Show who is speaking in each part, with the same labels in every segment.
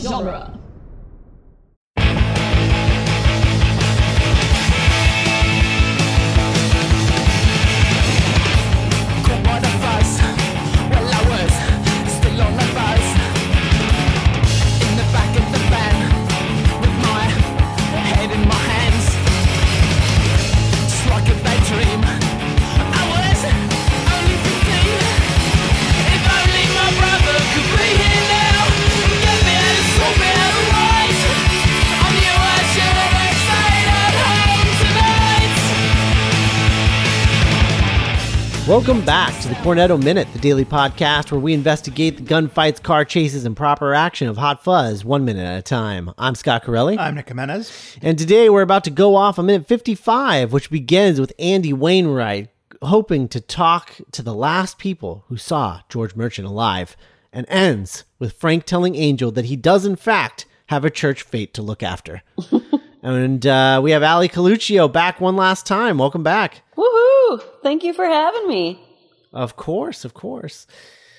Speaker 1: genre.
Speaker 2: Caught by the fuzz while I was still on the bus. In the back of the van with my head in my hands. Just like a bad dream. I was only 15. If only my brother could be here now. Get me out and sort me out of right. I knew I should have stayed at home tonight.
Speaker 3: Welcome back to the Cornetto Minute, the daily podcast where we investigate the gunfights, car chases, and proper action of Hot Fuzz one minute at a time. I'm Scott Corelli,
Speaker 4: I'm Nick Jimenez.
Speaker 3: and today we're about to go off on minute 55, which begins with Andy Wainwright hoping to talk to the last people who saw George Merchant alive, and ends with Frank telling Angel that he does, in fact, have a church fate to look after. and uh, we have Ali Coluccio back one last time. Welcome back.
Speaker 1: Woohoo! Thank you for having me.
Speaker 3: Of course, of course.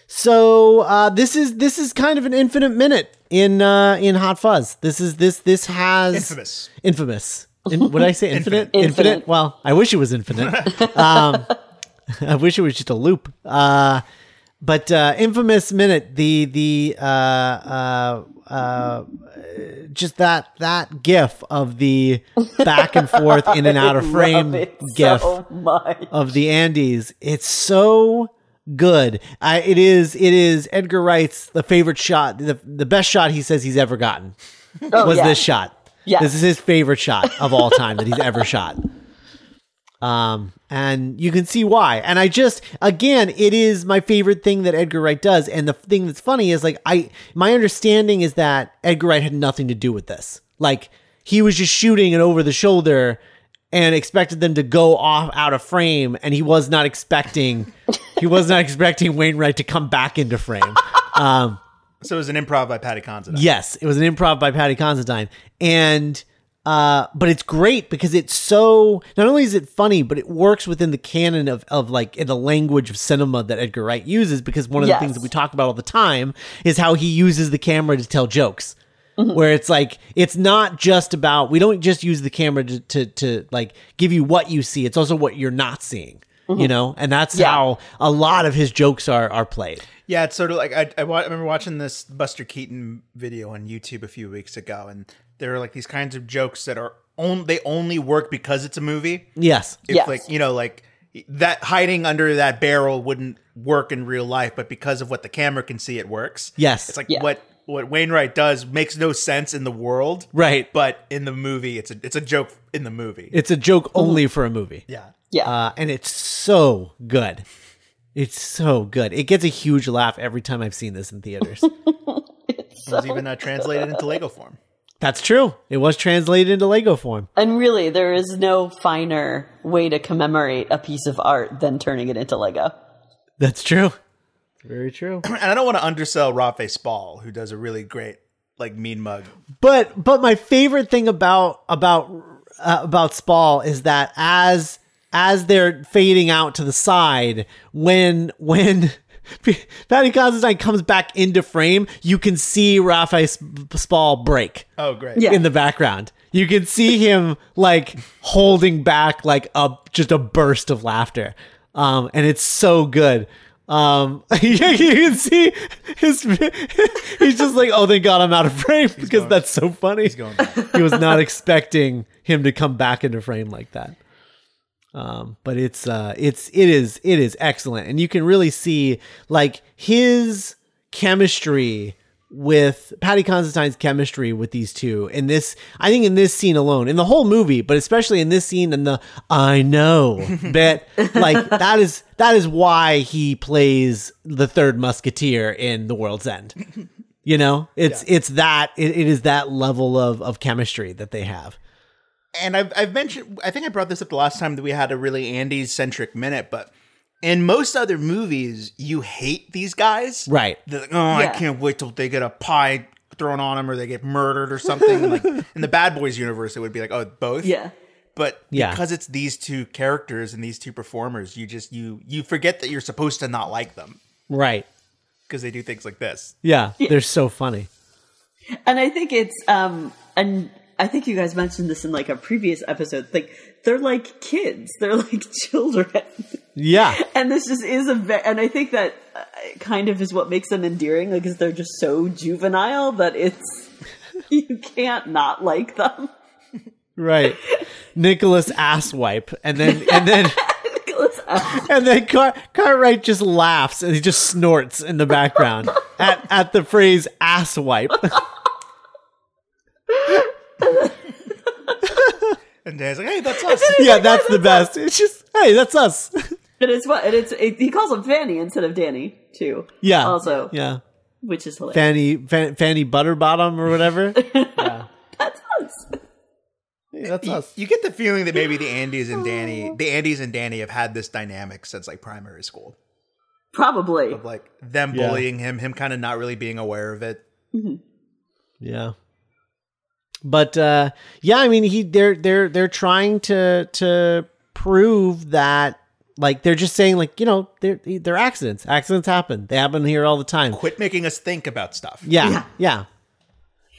Speaker 3: So uh, this is this is kind of an infinite minute in uh, in Hot Fuzz. This is this this has
Speaker 4: Infamous.
Speaker 3: infamous. In, would I say infinite?
Speaker 1: Infinite.
Speaker 3: Well, I wish it was infinite. um, I wish it was just a loop. Uh, but uh, infamous minute. The the uh, uh, uh, just that that gif of the back and forth in and out of frame
Speaker 1: Love it
Speaker 3: gif
Speaker 1: so much.
Speaker 3: of the Andes. It's so good. I, it is. It is Edgar Wright's the favorite shot, the the best shot he says he's ever gotten
Speaker 1: Oh,
Speaker 3: was
Speaker 1: yeah.
Speaker 3: this shot.
Speaker 1: Yeah.
Speaker 3: This is his favorite shot of all time that he's ever shot. Um, and you can see why. And I just, again, it is my favorite thing that Edgar Wright does. And the thing that's funny is like, I, my understanding is that Edgar Wright had nothing to do with this. Like, he was just shooting it over the shoulder and expected them to go off out of frame. And he was not expecting, he was not expecting Wainwright to come back into frame.
Speaker 4: So it was an improv by Patty Considine.
Speaker 3: Yes, it was an improv by Patty Considine, and uh, but it's great because it's so. Not only is it funny, but it works within the canon of of like the language of cinema that Edgar Wright uses. Because one of
Speaker 1: Yes.
Speaker 3: the things that we talk about all the time is how he uses the camera to tell jokes. Where it's like it's not just about we don't just use the camera to to, to like give you what you see. It's also what you're not seeing, you know, and that's
Speaker 1: Yeah.
Speaker 3: how a lot of his jokes are are played.
Speaker 4: Yeah, it's sort of like I, I, wa- I remember watching this Buster Keaton video on YouTube a few weeks ago, and there are like these kinds of jokes that are on, they only work because it's a movie.
Speaker 3: Yes,
Speaker 4: If
Speaker 1: Yes.
Speaker 4: like you know like that hiding under that barrel wouldn't work in real life, but because of what the camera can see, it works.
Speaker 3: Yes.
Speaker 4: it's like
Speaker 1: Yeah.
Speaker 4: what what Wainwright does makes no sense in the world,
Speaker 3: Right.
Speaker 4: But in the movie, it's a it's a joke in the movie.
Speaker 3: it's a joke only for a movie.
Speaker 4: yeah,
Speaker 1: Yeah.
Speaker 3: uh, and it's so good. It's so good. It gets a huge laugh every time I've seen this in theaters.
Speaker 4: it was even uh, translated into Lego form.
Speaker 3: That's true. It was translated into Lego form.
Speaker 1: and really, there is no finer way to commemorate a piece of art than turning it into Lego.
Speaker 3: That's true. Very true.
Speaker 4: and I don't want to undersell Rafe Spall, who does a really great like mean mug.
Speaker 3: But but my favorite thing about about uh, about Spall is that as as they're fading out to the side, when when Patty Constantine comes back into frame, you can see Raphael Spall break.
Speaker 4: Oh, great!
Speaker 1: Yeah.
Speaker 3: in the background. You can see him like holding back like a just a burst of laughter. Um and it's so good. Um you can see his he's just like, oh thank god I'm out of frame because
Speaker 4: going-
Speaker 3: that's so funny.
Speaker 4: He's going back.
Speaker 3: he was not expecting him to come back into frame like that. Um, but it's uh it's it is it is excellent and you can really see like his chemistry with Patty Constantine's chemistry with these two in this I think in this scene alone in the whole movie but especially in this scene and the I know bit like that is that is why he plays the third musketeer in The World's End you know it's it's that it, it is that level of of chemistry that they have
Speaker 4: and I've I've mentioned I think I brought this up the last time that we had a really Andy centric minute, but in most other movies, you hate these guys,
Speaker 3: right
Speaker 4: They're like, oh, I
Speaker 1: Yeah.
Speaker 4: can't wait till they get a pie thrown on them or they get murdered or something. And, like in the Bad Boys universe, it would be like, oh, both,
Speaker 1: Yeah.
Speaker 4: But
Speaker 3: Yeah.
Speaker 4: because it's these two characters and these two performers, you just you you forget that you're supposed to not like them
Speaker 3: right
Speaker 4: because they do things like this.
Speaker 3: yeah they're so funny
Speaker 1: And I think it's um and I think you guys mentioned this in like a previous episode. Like they're like kids. They're like children.
Speaker 3: Yeah.
Speaker 1: And this just is a ve- and I think that uh, kind of is what makes them endearing like is they're just so juvenile that it's you can't not like them.
Speaker 3: Right. Nicholas asswipe. And then and then
Speaker 1: Nicholas Ash-
Speaker 3: and then Car- Cartwright just laughs and he just snorts in the background at, at the phrase asswipe.
Speaker 4: And Dan's like, hey, that's us.
Speaker 3: yeah, that's the best. It's just hey, that's us.
Speaker 1: It is what and it's it, he calls him Fanny instead of Danny too.
Speaker 3: yeah.
Speaker 1: Also,
Speaker 3: Yeah.
Speaker 1: which is hilarious.
Speaker 3: Fanny Fan, Fanny Butterbottom or whatever.
Speaker 1: That's us.
Speaker 3: Yeah, that's
Speaker 4: You,
Speaker 3: us.
Speaker 4: you get the feeling that maybe the Andes and Danny, the Andes and Danny have had this dynamic since like primary school.
Speaker 1: Probably.
Speaker 4: Of like them
Speaker 3: Yeah.
Speaker 4: bullying him, him kind of not really being aware of it.
Speaker 3: Yeah. But uh yeah, I mean he they're they're they're trying to to prove that like they're just saying like, you know, they're they're accidents. Accidents happen. They happen here all the time.
Speaker 4: Quit making us think about stuff.
Speaker 3: Yeah.
Speaker 1: Yeah.
Speaker 3: Yeah.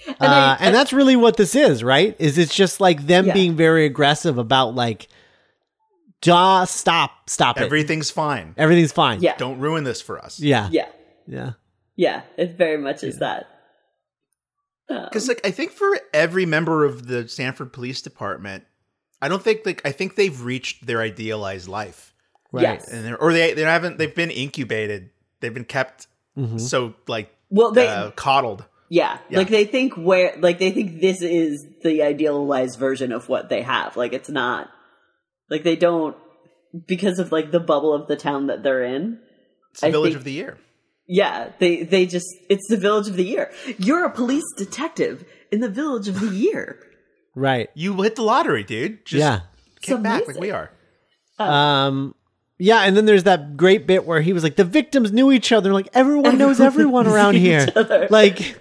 Speaker 3: And, uh,
Speaker 1: I-
Speaker 3: and that's really what this is, right? Is it's just like them
Speaker 1: Yeah.
Speaker 3: being very aggressive about like jaw stop, stop it.
Speaker 4: Everything's fine.
Speaker 3: Everything's fine.
Speaker 1: Yeah.
Speaker 4: Don't ruin this for us.
Speaker 3: Yeah.
Speaker 1: Yeah.
Speaker 3: Yeah.
Speaker 1: Yeah. It very much is that.
Speaker 4: Because like I think for every member of the Sanford Police Department, I don't think like I think they've reached their idealized life,
Speaker 3: Right.
Speaker 1: Yes.
Speaker 4: and they're, or they they haven't. They've been incubated. They've been kept
Speaker 3: Mm-hmm.
Speaker 4: so like
Speaker 1: Well, they
Speaker 4: uh, coddled.
Speaker 1: yeah.
Speaker 4: yeah.
Speaker 1: like they think where like they think this is the idealized version of what they have. Like it's not. Like they don't because of like the bubble of the town that they're in.
Speaker 4: It's the
Speaker 1: I
Speaker 4: village
Speaker 1: think-
Speaker 4: of the year.
Speaker 1: Yeah, they they just it's the village of the year. You're a police detective in the village of the year.
Speaker 3: Right.
Speaker 4: You hit the lottery, dude. Just
Speaker 3: yeah.
Speaker 4: kick back like
Speaker 1: amazing.
Speaker 4: we are.
Speaker 3: Um yeah, and then there's that great bit where he was like, the victims knew each other. Like everyone knows everyone around here. Like,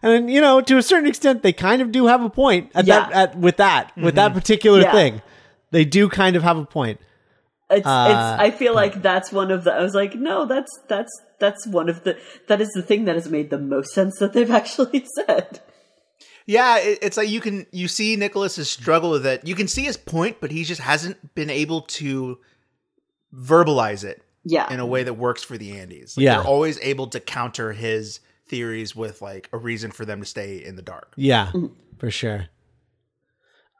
Speaker 3: and you know, to a certain extent, they kind of do have a point at that
Speaker 1: Yeah.
Speaker 3: at, with that with that particular
Speaker 1: Yeah.
Speaker 3: thing. They do kind of have a point.
Speaker 1: It's,
Speaker 4: Uh,
Speaker 1: it's I feel like that's one of the I was like, no, that's that's that's one of the that is the thing that has made the most sense that they've actually said.
Speaker 4: Yeah, it, it's like you can you see Nicholas's struggle with it. You can see his point, but he just hasn't been able to verbalize it
Speaker 1: Yeah.
Speaker 4: in a way that works for the Andes. Like,
Speaker 3: Yeah.
Speaker 4: they're always able to counter his theories with like a reason for them to stay in the dark.
Speaker 3: Yeah,
Speaker 1: Mm.
Speaker 3: for sure.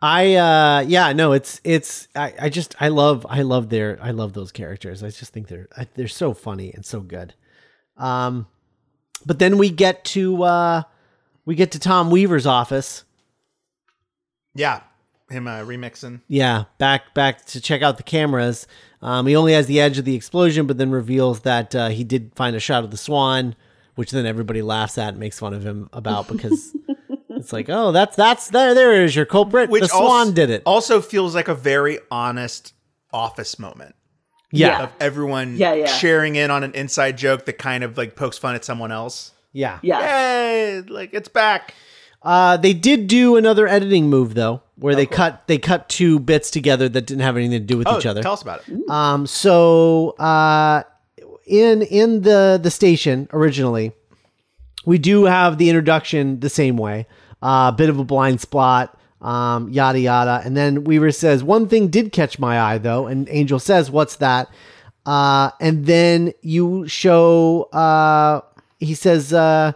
Speaker 3: I uh yeah no it's it's I, I just I love I love their I love those characters I just think they're I- they're so funny and so good, um, but then we get to uh we get to Tom Weaver's office
Speaker 4: Yeah, him uh, remixing.
Speaker 3: yeah back back to check out the cameras um he only has the edge of the explosion but then reveals that uh, he did find a shot of the swan which then everybody laughs at and makes fun of him about because it's like oh that's that's there there is your culprit
Speaker 4: Which oh,
Speaker 3: the swan
Speaker 4: also,
Speaker 3: did it
Speaker 4: Also feels like a very honest office moment
Speaker 3: Yeah.
Speaker 4: of everyone
Speaker 1: Yeah, yeah.
Speaker 4: sharing in on an inside joke that kind of like pokes fun at someone else.
Speaker 3: Yeah.
Speaker 1: yeah.
Speaker 4: Hey, like it's back.
Speaker 3: Uh, they did do another editing move though, where they cut they cut two bits together that didn't have anything to do with
Speaker 4: Oh,
Speaker 3: each other.
Speaker 4: tell us about it.
Speaker 3: Um, so uh, in in the the station originally, we do have the introduction the same way, a bit of a blind spot, um, yada yada, and then Weaver says one thing did catch my eye though, and Angel says, "What's that?" Uh, and then you show uh, he says uh,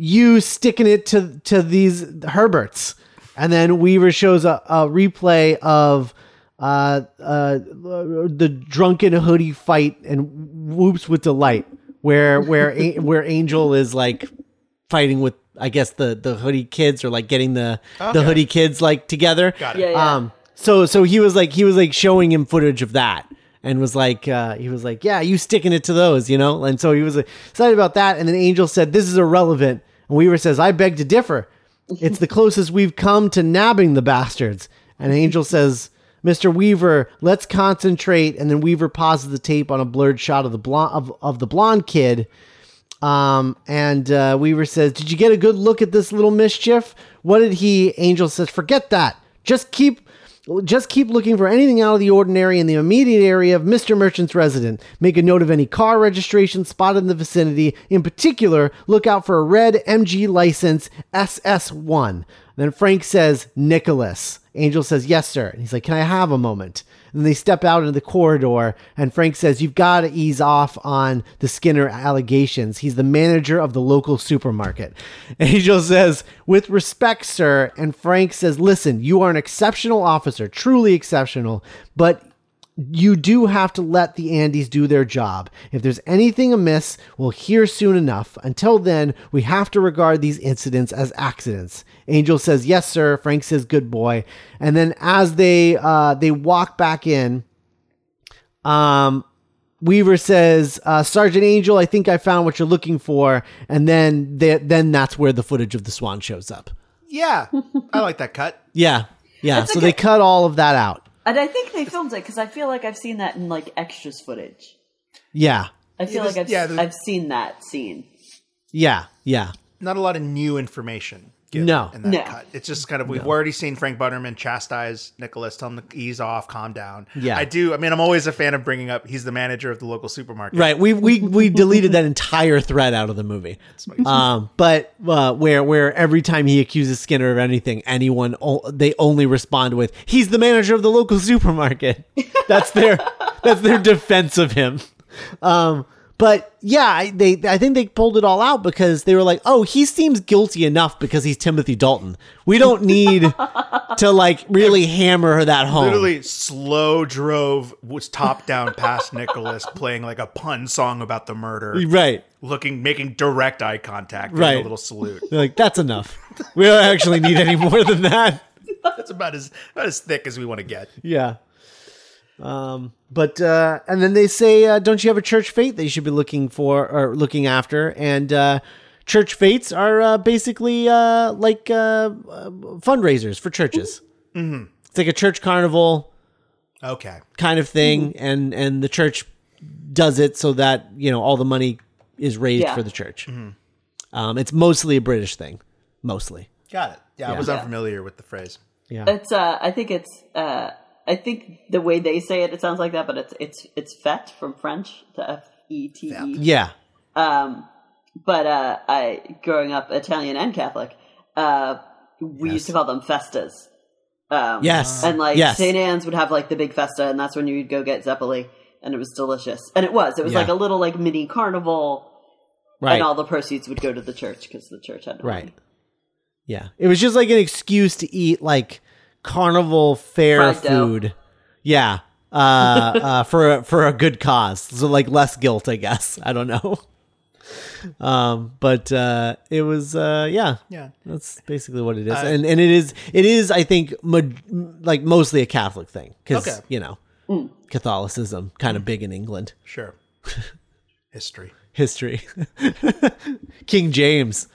Speaker 3: you sticking it to to these Herberts, and then Weaver shows a, a replay of uh, uh, the drunken hoodie fight and whoops with delight, where where a- where Angel is like fighting with I guess the the hoodie kids or like getting the the hoodie kids like together.
Speaker 4: Got it.
Speaker 1: Yeah, yeah.
Speaker 3: Um. So so he was like he was like showing him footage of that and was like uh, he was like yeah you sticking it to those you know and so he was like, excited about that and then Angel said this is irrelevant and Weaver says I beg to differ. It's the closest we've come to nabbing the bastards. And Angel says, Mr. Weaver, let's concentrate. And then Weaver pauses the tape on a blurred shot of the blonde of, of the blonde kid. Um, and uh, Weaver says, Did you get a good look at this little mischief? What did he? Angel says, Forget that. Just keep Just keep looking for anything out of the ordinary in the immediate area of Mr. Merchant's residence. Make a note of any car registration spotted in the vicinity. In particular, look out for a red MG license SS1. Then Frank says, Nicholas. Angel says, Yes, sir. And he's like, Can I have a moment? And they step out into the corridor, and Frank says, You've got to ease off on the Skinner allegations. He's the manager of the local supermarket. Angel says, With respect, sir. And Frank says, Listen, you are an exceptional officer, truly exceptional, but you do have to let the Andes do their job. If there's anything amiss, we'll hear soon enough. Until then, we have to regard these incidents as accidents. Angel says, "Yes, sir." Frank says, "Good boy." And then as they uh, they walk back in, um, Weaver says, uh, "Sergeant Angel, I think I found what you're looking for." And then they, then that's where the footage of the swan shows up.
Speaker 4: Yeah, I like that cut.
Speaker 3: Yeah, yeah.
Speaker 1: That's
Speaker 3: so
Speaker 1: okay.
Speaker 3: they cut all of that out.
Speaker 1: And I think they filmed it because I feel like I've seen that in like extras footage.
Speaker 3: Yeah,
Speaker 1: I feel
Speaker 4: Yeah,
Speaker 1: like I've,
Speaker 4: yeah, there's-
Speaker 1: I've seen that scene.
Speaker 3: yeah, yeah.
Speaker 4: Not a lot of new information. given
Speaker 3: No.
Speaker 4: in that
Speaker 1: No.
Speaker 4: cut, it's just kind of we've already seen Frank Butterman chastise Nicholas, tell him to ease off, calm down.
Speaker 3: Yeah.
Speaker 4: I do. I mean, I'm always a fan of bringing up he's the manager of the local supermarket.
Speaker 3: Right. We we we deleted that entire thread out of the movie. Um, but uh, where where every time he accuses Skinner of anything, anyone o- they only respond with he's the manager of the local supermarket. That's their that's their defense of him. Um, but yeah, I- they I think they pulled it all out because they were like, oh, he seems guilty enough because he's Timothy Dalton. We don't need to like really hammer that home.
Speaker 4: Literally slow drove was top down past Nicholas playing like a pun song about the murder,
Speaker 3: Right.
Speaker 4: looking making direct eye contact, doing
Speaker 3: Right.
Speaker 4: a little salute.
Speaker 3: They're like, that's enough. We don't actually need any more than that.
Speaker 4: That's about as about as thick as we want to get.
Speaker 3: Yeah. Um, but uh, and then they say, uh, "Don't you have a church fate that you should be looking for or looking after?" And uh, church fates are uh, basically uh, like uh, uh, fundraisers for churches. Mm-hmm. It's like a church carnival
Speaker 4: Okay.
Speaker 3: kind of thing, and and the church does it so that you know all the money is raised
Speaker 1: Yeah.
Speaker 3: for the church. Um, it's mostly a British thing, mostly.
Speaker 4: Got it. Yeah, I was unfamiliar with the phrase.
Speaker 1: It's uh, I think it's uh, I think the way they say it, it sounds like that, but it's it's it's fet from French, the F E T E.
Speaker 3: Yeah,
Speaker 1: Um, but uh, I growing up Italian and Catholic, uh, we used to call them festas. Um,
Speaker 3: Yes.
Speaker 1: and like
Speaker 3: Yes.
Speaker 1: St. Anne's would have like the big festa, and that's when you'd go get zeppoli, and it was delicious, and it was it was
Speaker 3: Yeah.
Speaker 1: like a little like mini carnival,
Speaker 3: right.
Speaker 1: and all the proceeds would go to the church because the church had no
Speaker 3: Right.
Speaker 1: money.
Speaker 3: Yeah. It was just like an excuse to eat like carnival fair
Speaker 1: Fried dough.
Speaker 3: food. Yeah. Uh, uh, for a, for a good cause. So like less guilt, I guess. I don't know. Um, but uh, it was uh, yeah.
Speaker 4: Yeah. Uh,
Speaker 3: That's basically what it is. and and it is it is I think ma- like mostly a Catholic thing cuz
Speaker 4: Okay.
Speaker 3: you know. Catholicism kind of big in England.
Speaker 4: Sure. History.
Speaker 3: History. King James.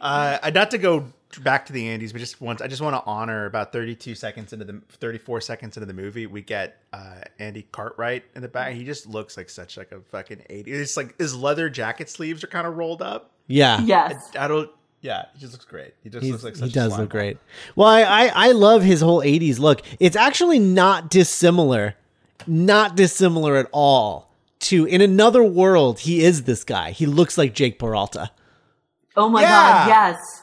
Speaker 4: Uh, I- not to go back to the Andes, but just once, I just want to honor about 32 seconds into the 34 seconds into the movie, we get uh, Andy Cartwright in the back. He just looks like such like a fucking 80. It's like his leather jacket sleeves are kind of rolled up.
Speaker 3: Yeah.
Speaker 1: Yes,
Speaker 4: I don't. Yeah, he just looks great. He just looks like
Speaker 3: He's-
Speaker 4: such
Speaker 3: he does
Speaker 4: a
Speaker 3: look
Speaker 4: look
Speaker 3: great. Well, I, I I love his whole '80s look. It's actually not dissimilar, not dissimilar at all to in another world. He is this guy. He looks like Jake Peralta.
Speaker 1: oh my
Speaker 4: Yeah.
Speaker 1: god, yes,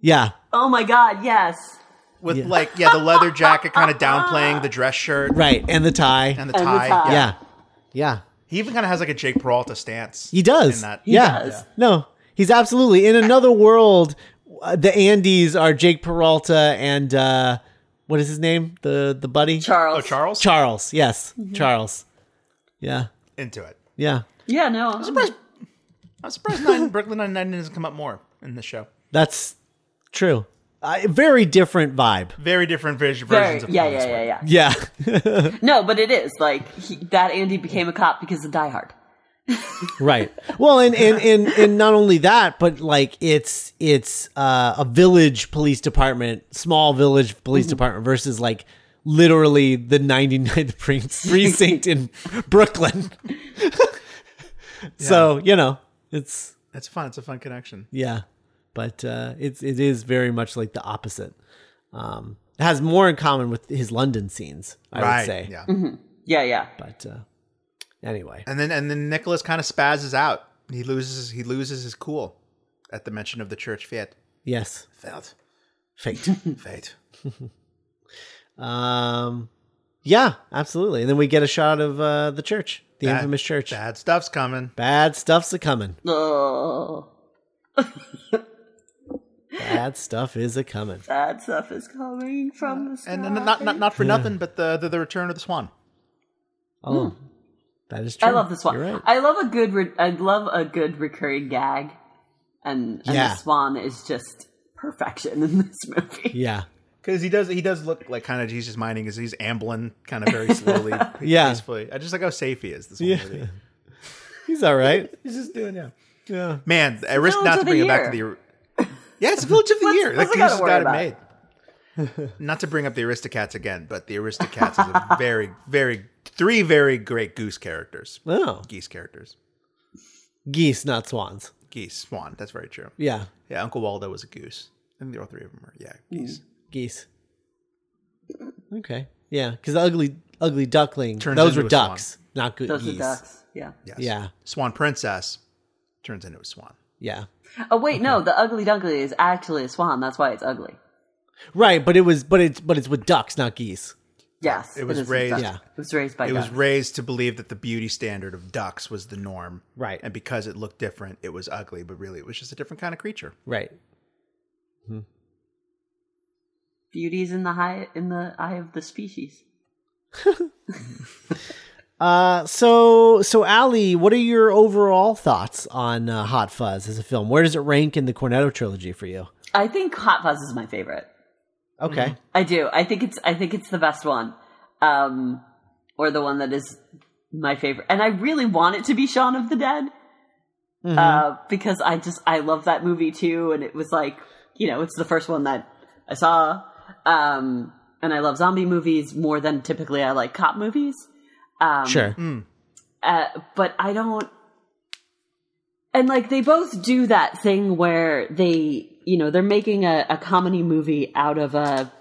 Speaker 3: Yeah,
Speaker 1: oh my god, yes.
Speaker 4: with like yeah the leather jacket kind of downplaying the dress shirt
Speaker 3: right. And the tie.
Speaker 4: and the
Speaker 1: And the
Speaker 4: tie.
Speaker 1: tie.
Speaker 3: yeah, yeah.
Speaker 4: He even kind of has like a Jake Peralta stance.
Speaker 3: He does.
Speaker 4: In that.
Speaker 3: yeah.
Speaker 1: does.
Speaker 3: No, he's absolutely in another world. Uh, the Andes are Jake Peralta and uh, what is his name? The the buddy
Speaker 1: Charles.
Speaker 4: Oh, Charles?
Speaker 3: Charles. Yes, Charles. Yeah,
Speaker 4: Into it.
Speaker 3: yeah.
Speaker 1: Yeah, no. I'm surprised.
Speaker 4: I'm surprised nine, Brooklyn Nine-Nine doesn't come up more in the show.
Speaker 3: That's true. Uh, very different vibe.
Speaker 4: Very different vis-
Speaker 1: Very,
Speaker 4: versions of
Speaker 1: yeah,
Speaker 4: Clint
Speaker 1: yeah, yeah,
Speaker 4: Eastwood.
Speaker 1: yeah.
Speaker 3: Yeah.
Speaker 1: No, but it is like he, that. Andy became a cop because of Die Hard.
Speaker 3: right. Well, and, and and and not only that, but like it's it's uh, a village police department, small village police department versus like literally the 99th pre- precinct in Brooklyn. So, you know, it's
Speaker 4: It's fun. It's a fun connection.
Speaker 3: yeah. But uh it's it is very much like the opposite. Um It has more in common with his London scenes, I
Speaker 4: right.
Speaker 3: would say.
Speaker 4: Yeah.
Speaker 1: Mm-hmm. Yeah, yeah.
Speaker 3: But uh, anyway,
Speaker 4: And then and then Nicholas kind of spazzes out. He loses he loses his cool at the mention of the church fete.
Speaker 3: yes,
Speaker 4: Felt.
Speaker 3: fate.
Speaker 1: Hmm.
Speaker 4: Fate.
Speaker 3: um, yeah, absolutely. And then we get a shot of uh, the church, the
Speaker 4: Bad-
Speaker 3: infamous church. Bad.
Speaker 4: Bad stuff's coming.
Speaker 3: stuff's a coming.
Speaker 1: Oh,
Speaker 3: Bad stuff is a coming.
Speaker 1: bad stuff is coming from the sky.
Speaker 4: And, and not, not not for nothing, but the, the the return of the swan.
Speaker 3: Oh, that is true.
Speaker 1: Hmm. I love the swan.
Speaker 3: You're right.
Speaker 1: I love a good. Re- I love a good recurring gag, and, and
Speaker 3: Yeah.
Speaker 1: the swan is just perfection in this movie.
Speaker 3: yeah.
Speaker 4: Because he does he does look like kind of Jesus minding because he's ambling kind of very slowly.
Speaker 3: Yeah.
Speaker 4: Peacefully. I just like how safe he is this whole
Speaker 3: Yeah.
Speaker 4: movie.
Speaker 3: He's all right.
Speaker 4: He's just doing yeah.
Speaker 3: Yeah.
Speaker 4: Man, I risk
Speaker 1: Village
Speaker 4: not
Speaker 1: of
Speaker 4: to
Speaker 1: the
Speaker 4: bring it back to the Yeah, it's Village of the
Speaker 1: What's- what's
Speaker 4: Year. Like,
Speaker 1: it
Speaker 4: he's
Speaker 1: gotta
Speaker 4: just
Speaker 1: worry
Speaker 4: got it made. Not to bring up the Aristocats again, but the Aristocats is a very, very three very great goose characters.
Speaker 3: Oh,
Speaker 4: Geese characters.
Speaker 3: geese, not swans.
Speaker 4: Geese, swan. That's very true.
Speaker 3: Yeah,
Speaker 4: Yeah, Uncle Waldo was a goose. I think all three of them are. Yeah,
Speaker 1: Mm.
Speaker 4: geese.
Speaker 3: geese. Okay. Yeah, because ugly, ugly duckling.
Speaker 4: Turns
Speaker 3: those
Speaker 4: into
Speaker 3: were
Speaker 4: a swan.
Speaker 3: ducks, not good
Speaker 1: Those
Speaker 3: geese.
Speaker 1: are ducks. Yeah.
Speaker 4: Yes.
Speaker 3: Yeah.
Speaker 4: Swan Princess turns into a swan.
Speaker 3: Yeah.
Speaker 1: Oh wait, no. The ugly duckling is actually a swan. That's why it's ugly.
Speaker 3: Right, but it was, but it's, but it's with ducks, not geese.
Speaker 1: Yes.
Speaker 4: It was
Speaker 1: is a
Speaker 4: raised-
Speaker 1: duck.
Speaker 3: Yeah.
Speaker 1: It was raised by.
Speaker 4: It was
Speaker 1: ducks.
Speaker 4: raised to believe that the beauty standard of ducks was the norm.
Speaker 3: Right.
Speaker 4: And because it looked different, it was ugly, but really it was just a different kind of creature.
Speaker 3: Right.
Speaker 1: Beauty's in the high in the eye of the species.
Speaker 3: Uh, so, so Ali, what are your overall thoughts on uh, Hot Fuzz as a film? Where does it rank in the Cornetto trilogy for you?
Speaker 1: I think Hot Fuzz is my favorite.
Speaker 3: Okay.
Speaker 1: I do. I think it's I think it's the best one. Um or the one that is my favorite. And I really want it to be Shaun of the Dead. Uh because I just I love that movie too and it was like, you know, it's the first one that I saw. Um and I love zombie movies more than typically I like cop movies. Um
Speaker 3: Sure.
Speaker 1: uh, but I don't. And like they both do that thing where they, you know, they're making a, a comedy movie out of a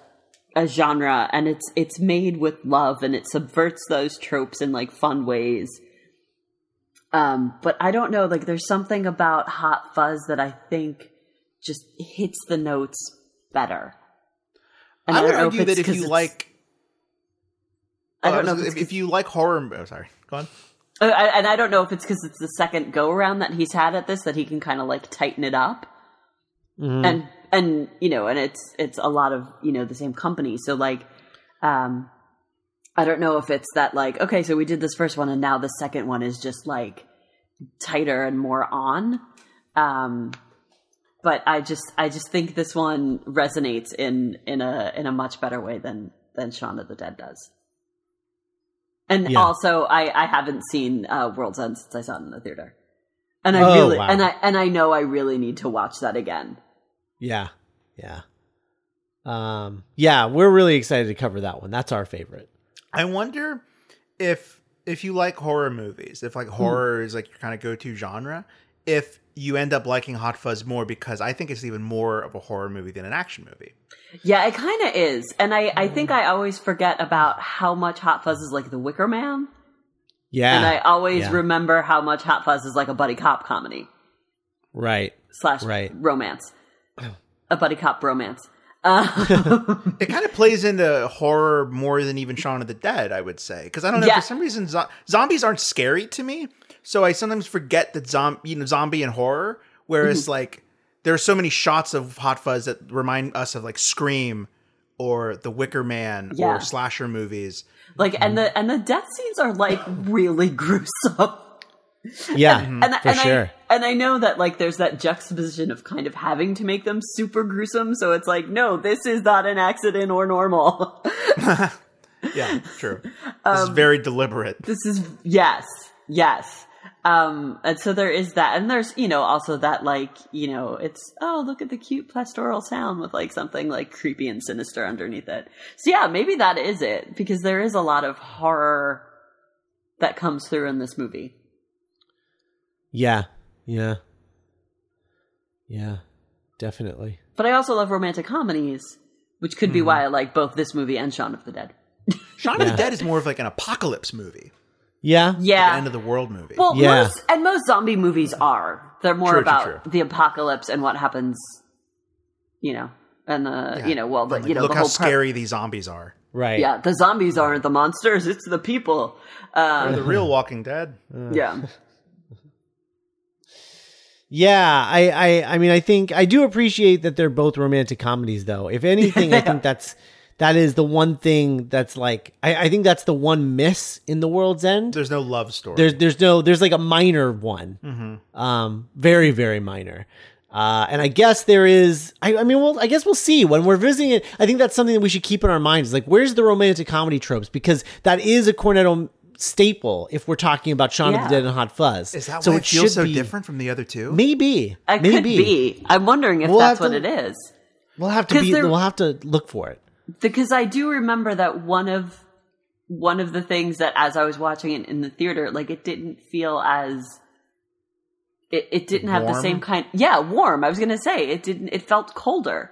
Speaker 1: a genre, and it's it's made with love, and it subverts those tropes in like fun ways. Um, but I don't know, like there's something about Hot Fuzz that I think just hits the notes better. And
Speaker 4: I would
Speaker 1: don't know
Speaker 4: argue that
Speaker 1: it's
Speaker 4: if
Speaker 1: 'cause
Speaker 4: you
Speaker 1: it's-
Speaker 4: like
Speaker 1: I
Speaker 4: Oh,
Speaker 1: don't know
Speaker 4: was-
Speaker 1: if it's
Speaker 4: if, if you like horror. Oh, sorry. Go on.
Speaker 1: Uh, I, and I don't know if it's because it's the second go around that he's had at this that he can kind of like tighten it up,
Speaker 3: Mm-hmm.
Speaker 1: and and you know, and it's it's a lot of you know the same company. So like, um, I don't know if it's that like okay, so we did this first one, and now the second one is just like tighter and more on. Um, but I just I just think this one resonates in in a in a much better way than than Shaun of the Dead does. And
Speaker 3: Yeah.
Speaker 1: also, I I haven't seen uh, World's End since I saw it in the theater, and I
Speaker 3: Oh,
Speaker 1: really
Speaker 3: wow.
Speaker 1: and I and I know I really need to watch that again.
Speaker 3: Yeah. Yeah. Um, yeah, we're really excited to cover that one. That's our favorite.
Speaker 4: I wonder if if you like horror movies, if
Speaker 1: Hmm.
Speaker 4: like horror is like your kind of go to genre, if you end up liking Hot Fuzz more because I think it's even more of a horror movie than an action movie.
Speaker 1: Yeah, it kind of is, and I I
Speaker 3: Hmm.
Speaker 1: think I always forget about how much Hot Fuzz is like The Wicker Man,
Speaker 3: Yeah.
Speaker 1: and I always
Speaker 3: Yeah.
Speaker 1: remember how much Hot Fuzz is like a buddy cop comedy.
Speaker 3: right.
Speaker 1: slash
Speaker 3: Right.
Speaker 1: romance, a buddy cop romance. Uh,
Speaker 4: It kind of plays into horror more than even Shaun of the Dead, I would say, because I don't know
Speaker 1: Yeah.
Speaker 4: for some reason zo- zombies aren't scary to me, so I sometimes forget that zombie you know zombie and horror. Whereas
Speaker 1: Mm-hmm.
Speaker 4: like there are so many shots of Hot Fuzz that remind us of like Scream or The Wicker Man
Speaker 1: Yeah.
Speaker 4: or slasher movies.
Speaker 1: like, and the and the death scenes are like really gruesome.
Speaker 3: Yeah.
Speaker 1: And I-
Speaker 3: Hmm, for
Speaker 1: and
Speaker 3: sure.
Speaker 1: I, and I know that like there's that juxtaposition of kind of having to make them super gruesome, so it's like, no, this is not an accident or normal.
Speaker 4: Yeah, true. this
Speaker 1: Um,
Speaker 4: is very deliberate.
Speaker 1: this is yes, yes. Um, and so there is that, and there's you know also that like you know it's oh look at the cute pastoral sound with like something like creepy and sinister underneath it. So yeah, maybe that is it because there is a lot of horror that comes through in this movie.
Speaker 3: Yeah. Yeah. Yeah. Definitely.
Speaker 1: But I also love romantic comedies, which could
Speaker 4: Mm-hmm.
Speaker 1: be why I like both this movie and Shaun of the Dead.
Speaker 4: Shaun of the Dead is more of like an apocalypse movie,
Speaker 3: Yeah.
Speaker 1: Yeah.
Speaker 4: end of the world movie.
Speaker 1: well,
Speaker 3: Yeah.
Speaker 1: most and most zombie movies are. They're more
Speaker 4: True, true,
Speaker 1: about
Speaker 4: true.
Speaker 1: the apocalypse and what happens, you know, and the you know, well, the,
Speaker 4: Like,
Speaker 1: you know,
Speaker 4: look
Speaker 1: the
Speaker 4: how
Speaker 1: whole pre-
Speaker 4: scary these zombies are.
Speaker 3: Right.
Speaker 1: yeah, the zombies aren't the monsters; it's the people. Um,
Speaker 4: They're the real Walking Dead.
Speaker 1: yeah,
Speaker 3: Yeah, I, I, I mean, I think I do appreciate that they're both romantic comedies, though. If anything, I think that's that is the one thing that's like I, I think that's the one miss in the world's end.
Speaker 4: There's no love story.
Speaker 3: There's, there's no, there's like a minor one,
Speaker 4: Mm-hmm.
Speaker 3: um, very, very minor. Uh, and I guess there is. I, I mean, well, I guess we'll see when we're visiting it. I think that's something that we should keep in our minds. Like, where's the romantic comedy tropes? Because that is a Cornetto staple. If we're talking about Shaun of
Speaker 1: Yeah.
Speaker 3: the Dead and Hot Fuzz,
Speaker 4: is that
Speaker 3: so
Speaker 4: why
Speaker 3: it
Speaker 4: it feels
Speaker 3: should
Speaker 4: so
Speaker 3: be-
Speaker 4: different from the other two?
Speaker 3: Maybe
Speaker 1: it
Speaker 3: maybe.
Speaker 1: could be. I'm wondering if
Speaker 3: We'll
Speaker 1: that's
Speaker 3: have
Speaker 1: what
Speaker 3: to-
Speaker 1: it is.
Speaker 3: We'll have to
Speaker 1: 'Cause
Speaker 3: be.
Speaker 1: they're-
Speaker 3: We'll have to look for it.
Speaker 1: because I do remember that one of one of the things that as I was watching it in the theater, like it didn't feel as it, it didn't have the
Speaker 4: Warm?
Speaker 1: same kind yeah, warm. I was gonna say it didn't it felt colder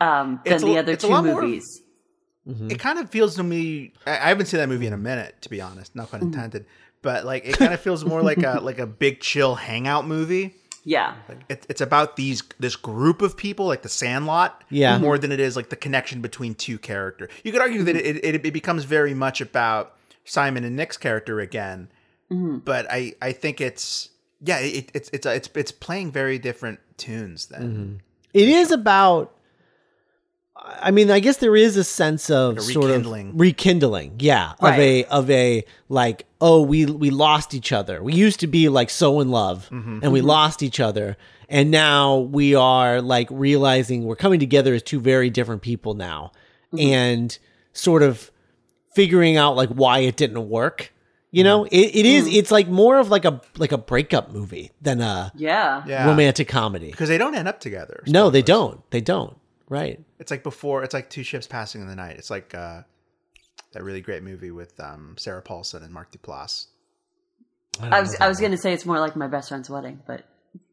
Speaker 1: um than
Speaker 4: It's a-
Speaker 1: the other
Speaker 4: it's a
Speaker 1: two
Speaker 4: lot more-
Speaker 1: movies.
Speaker 3: Mm-hmm.
Speaker 4: It kind of feels to me. I, I haven't seen that movie in a minute, to be honest. Not pun
Speaker 3: Mm.
Speaker 4: intended. But like, it kind of feels more like a like a big chill hangout movie.
Speaker 1: Yeah.
Speaker 4: It, it's about these this group of people, like the Sandlot,
Speaker 3: Yeah.
Speaker 4: more than it is like the connection between two characters. You could argue that
Speaker 3: Mm-hmm.
Speaker 4: it, it, it becomes very much about Simon and Nick's character again,
Speaker 3: Mm-hmm.
Speaker 4: but I I think it's yeah it, it's it's it's it's playing very different tunes then.
Speaker 3: Mm-hmm. It is about. I mean, I guess there is a sense of sort of
Speaker 4: rekindling.
Speaker 3: rekindling, yeah, of
Speaker 1: Right.
Speaker 3: a of a like, oh, we we lost each other. We used to be like so in love, and we lost each other, and now we are like realizing we're coming together as two very different people now, and sort of figuring out like why it didn't work. You know, it, it is. It's like more of like a like a breakup movie than a
Speaker 1: Yeah.
Speaker 4: Yeah,
Speaker 3: romantic comedy.
Speaker 4: because they don't end up together.
Speaker 3: No, they don't. They don't. Right.
Speaker 4: It's like before. It's like two ships passing in the night. It's like uh, that really great movie with um, Sarah Paulson and Mark Duplass.
Speaker 1: I was I was gonna say it's more like my best friend's wedding, but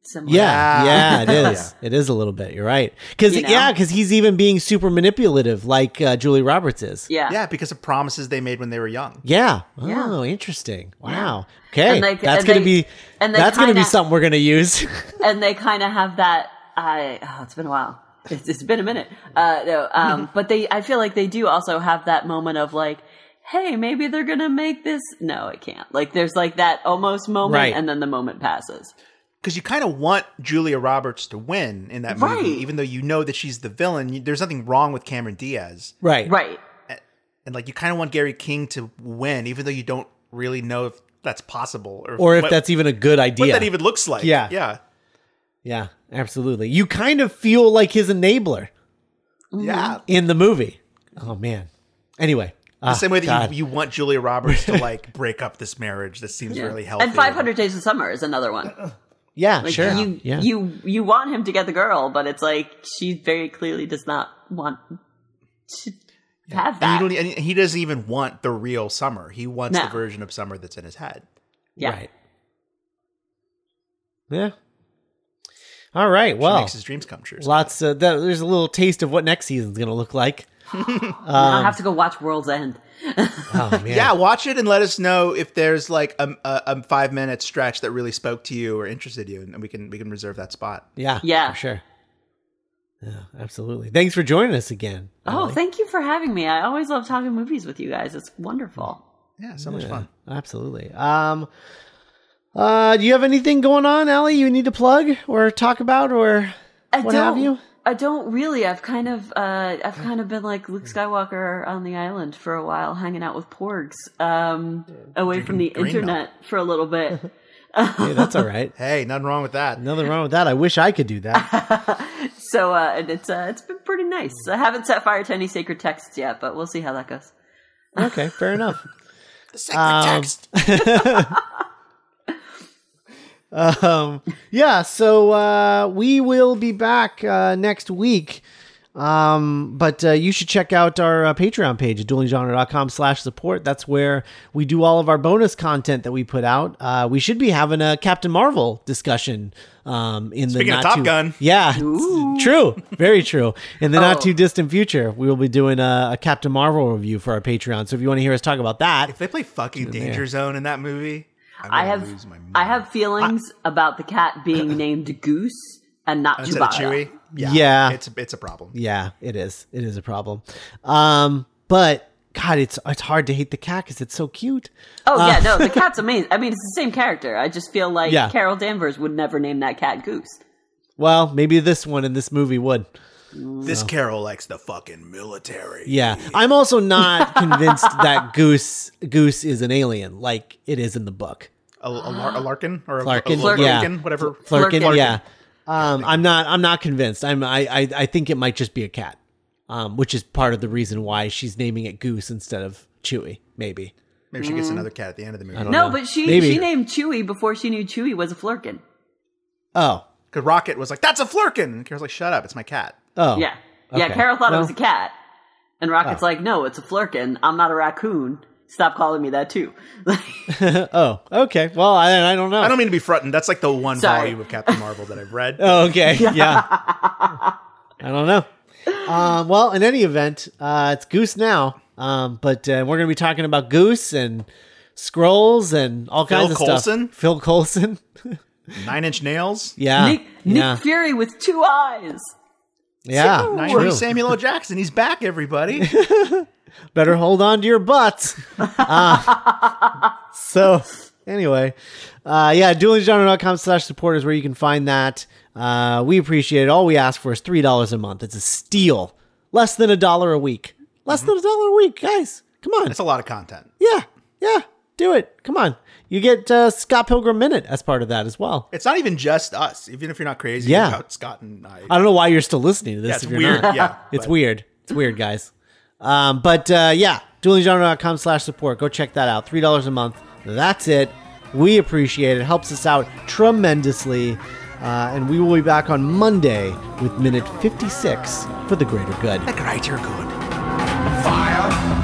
Speaker 1: similar.
Speaker 3: Yeah, yeah,
Speaker 4: Yeah.
Speaker 3: it is. It is a little bit. You're right. Because
Speaker 1: You know?
Speaker 3: yeah, because he's even being super manipulative, like uh, Julie Roberts is.
Speaker 1: Yeah.
Speaker 4: Yeah, because of promises they made when they were young.
Speaker 3: Yeah.
Speaker 1: Yeah.
Speaker 3: Oh, interesting. Wow. Okay.
Speaker 1: And like-
Speaker 3: that's
Speaker 1: and
Speaker 3: gonna
Speaker 1: they-
Speaker 3: be.
Speaker 1: and they
Speaker 3: that's gonna be
Speaker 1: kinda-
Speaker 3: something we're gonna use.
Speaker 1: and they kind of have that. I oh, it's been a while. It's, it's been a minute. Uh, no, um, but they. I feel like they do also have that moment of like, hey, maybe they're gonna make this. No, it can't. Like, there's like that almost moment,
Speaker 3: Right.
Speaker 1: and then the moment passes.
Speaker 4: Because you kind of want Julia Roberts to win in that movie,
Speaker 1: Right.
Speaker 4: even though you know that she's the villain. You, there's nothing wrong with Cameron Diaz,
Speaker 3: right.
Speaker 1: Right.
Speaker 4: and like you kind of want Gary King to win, even though you don't really know if that's possible or,
Speaker 3: Or if
Speaker 4: what-
Speaker 3: that's even a good idea.
Speaker 4: what that even looks like.
Speaker 3: Yeah.
Speaker 4: yeah,
Speaker 3: yeah. Absolutely. You kind of feel like his enabler
Speaker 1: Mm-hmm.
Speaker 4: yeah.
Speaker 3: in the movie. Oh man. Anyway. Ah,
Speaker 4: The same way that you, you want Julia Roberts to like break up this marriage that seems really healthy.
Speaker 1: And 500 Days of Summer is another one.
Speaker 3: Yeah.
Speaker 1: Like
Speaker 3: sure.
Speaker 1: you,
Speaker 3: yeah.
Speaker 1: you, you want him to get the girl, but it's like she very clearly does not want to have
Speaker 4: And, you
Speaker 1: that.
Speaker 4: don't, e, and he doesn't even want the real summer. He wants
Speaker 1: No.
Speaker 4: the version of summer that's in his head.
Speaker 1: yeah.
Speaker 3: Right. Yeah. All right.
Speaker 4: She
Speaker 3: Well,
Speaker 4: makes his dreams come true.
Speaker 3: lots of that, there's a little taste of what next season's going to look like.
Speaker 4: um,
Speaker 1: I'll have to go watch World's End.
Speaker 3: Oh man.
Speaker 4: yeah, watch it and let us know if there's like a, a, a five minute stretch that really spoke to you or interested you, and we can we can reserve that spot.
Speaker 3: Yeah.
Speaker 1: Yeah.
Speaker 3: For sure. Yeah, absolutely. Thanks for joining us again.
Speaker 1: Oh, thank you for having me. I always love talking movies with you guys. It's wonderful.
Speaker 4: Yeah, so much fun.
Speaker 3: Absolutely. Um uh do you have anything going on, Allie, you need to plug or talk about or
Speaker 1: I
Speaker 3: What
Speaker 1: don't,
Speaker 3: have you?
Speaker 1: I don't really. I've kind of, uh, I've kind of been like Luke Skywalker on the island for a while, hanging out with porgs, um, away from the
Speaker 4: Drinking green
Speaker 1: internet for a little bit.
Speaker 3: Hey, that's all right.
Speaker 4: Hey, nothing wrong with that.
Speaker 3: Nothing wrong with that. I wish I could do that.
Speaker 1: So, uh, and it's, uh, it's been pretty nice. I haven't set fire to any sacred texts yet, but we'll see how that goes.
Speaker 3: Okay, fair enough.
Speaker 4: The sacred text.
Speaker 3: um, yeah, so uh, we will be back uh, next week Um, but uh, you should check out our uh, Patreon page at duelinggenre.com slash support. That's where we do all of our bonus content that we put out. Uh, we should be having a Captain Marvel discussion um, in
Speaker 4: Speaking
Speaker 3: the
Speaker 4: of
Speaker 3: not
Speaker 4: Top
Speaker 3: too-
Speaker 4: Gun.
Speaker 3: Yeah, true, very true. In the not
Speaker 1: Oh.
Speaker 3: too distant future, we will be doing a, a Captain Marvel review for our Patreon. So if you want to hear us talk about that,
Speaker 4: If they play fucking Danger Zone in that movie, I'm
Speaker 1: I
Speaker 4: gonna
Speaker 1: have
Speaker 4: lose my mind.
Speaker 1: I have feelings about the cat being named Goose and not
Speaker 4: instead of
Speaker 1: Chewbacca.
Speaker 4: Chewie. Yeah,
Speaker 3: Yeah.
Speaker 4: it's it's a problem.
Speaker 3: Yeah, it is. It is a problem. Um, but God, it's it's hard to hate the cat because it's so cute.
Speaker 1: Oh yeah, no, the cat's amazing. I mean, it's the same character. I just feel like
Speaker 3: Uh, Yeah. Oh,
Speaker 1: Carol Danvers would never name that cat Goose.
Speaker 3: Well, maybe this one in this movie would.
Speaker 4: This Carol likes the fucking military.
Speaker 3: Yeah, I'm also not convinced that Goose Goose is an alien like it is in the book.
Speaker 4: a, a, lar- a larkin or a,
Speaker 3: Larkin,
Speaker 4: a, a
Speaker 1: yeah.
Speaker 4: larkin, whatever.
Speaker 3: Flurkin,
Speaker 1: Flurkin.
Speaker 3: yeah. Um, I'm not. I'm not convinced. I'm. I, I. I think it might just be a cat, um, which is part of the reason why she's naming it Goose instead of Chewy. Maybe.
Speaker 4: Maybe she gets another cat at the end of the movie.
Speaker 3: don't
Speaker 1: Mm-hmm. No,
Speaker 3: know.
Speaker 1: but she
Speaker 3: Maybe.
Speaker 1: she named Chewie before she knew Chewie was a flirkin.
Speaker 3: Oh.
Speaker 4: Because Rocket was like, "That's a flurkin," and Carol's like, "Shut up, it's my cat."
Speaker 3: Oh.
Speaker 1: Yeah, yeah.
Speaker 3: okay.
Speaker 1: Carol thought it was a
Speaker 3: Well- oh.
Speaker 1: cat, and Rocket's like, "No, it's a flirkin. I'm not a raccoon. Stop calling me that too."
Speaker 3: oh. Okay. Well, I. I don't know.
Speaker 4: I don't mean to be fronting. That's like the one
Speaker 1: Sorry.
Speaker 4: volume of Captain Marvel that I've read.
Speaker 3: Oh, okay. Yeah. I don't know. Um, well, in any event, uh, it's Goose now. Um, but uh, we're going to be talking about Goose and scrolls and all
Speaker 4: Phil
Speaker 3: kinds of
Speaker 4: Coulson?
Speaker 3: stuff. Phil Colson.
Speaker 4: Nine Inch Nails.
Speaker 3: Yeah.
Speaker 1: Nick,
Speaker 3: yeah.
Speaker 1: Nick Fury with two eyes.
Speaker 3: yeah.
Speaker 4: Nine
Speaker 3: true.
Speaker 4: Inch Samuel L. Jackson. He's back, everybody.
Speaker 3: Better hold on to your butts. Uh, so anyway, uh, yeah, duelinggenre.com slash support is where you can find that. Uh, we appreciate it. All we ask for is $3 a month. It's a steal. Less than a dollar a week. Less than a dollar a week, guys. Come on.
Speaker 4: Mm-hmm. That's a lot of content.
Speaker 3: Yeah. Yeah. Do it. Come on. You get uh, Scott Pilgrim Minute as part of that as well.
Speaker 4: It's not even just us. Even if you're not crazy
Speaker 3: Yeah.
Speaker 4: about Scott and I,
Speaker 3: I don't know why you're still listening to this.
Speaker 4: Yeah, it's
Speaker 3: if you're
Speaker 4: weird.
Speaker 3: Not.
Speaker 4: Yeah,
Speaker 3: it's
Speaker 4: but-
Speaker 3: weird. It's weird, guys. Um, but uh, yeah, duelinggenre.com slash support. Go check that out. Three dollars a month. That's it. We appreciate it. Helps us out tremendously. Uh, and we will be back on Monday with minute 56 for the greater good.
Speaker 4: greater good.
Speaker 2: Fire.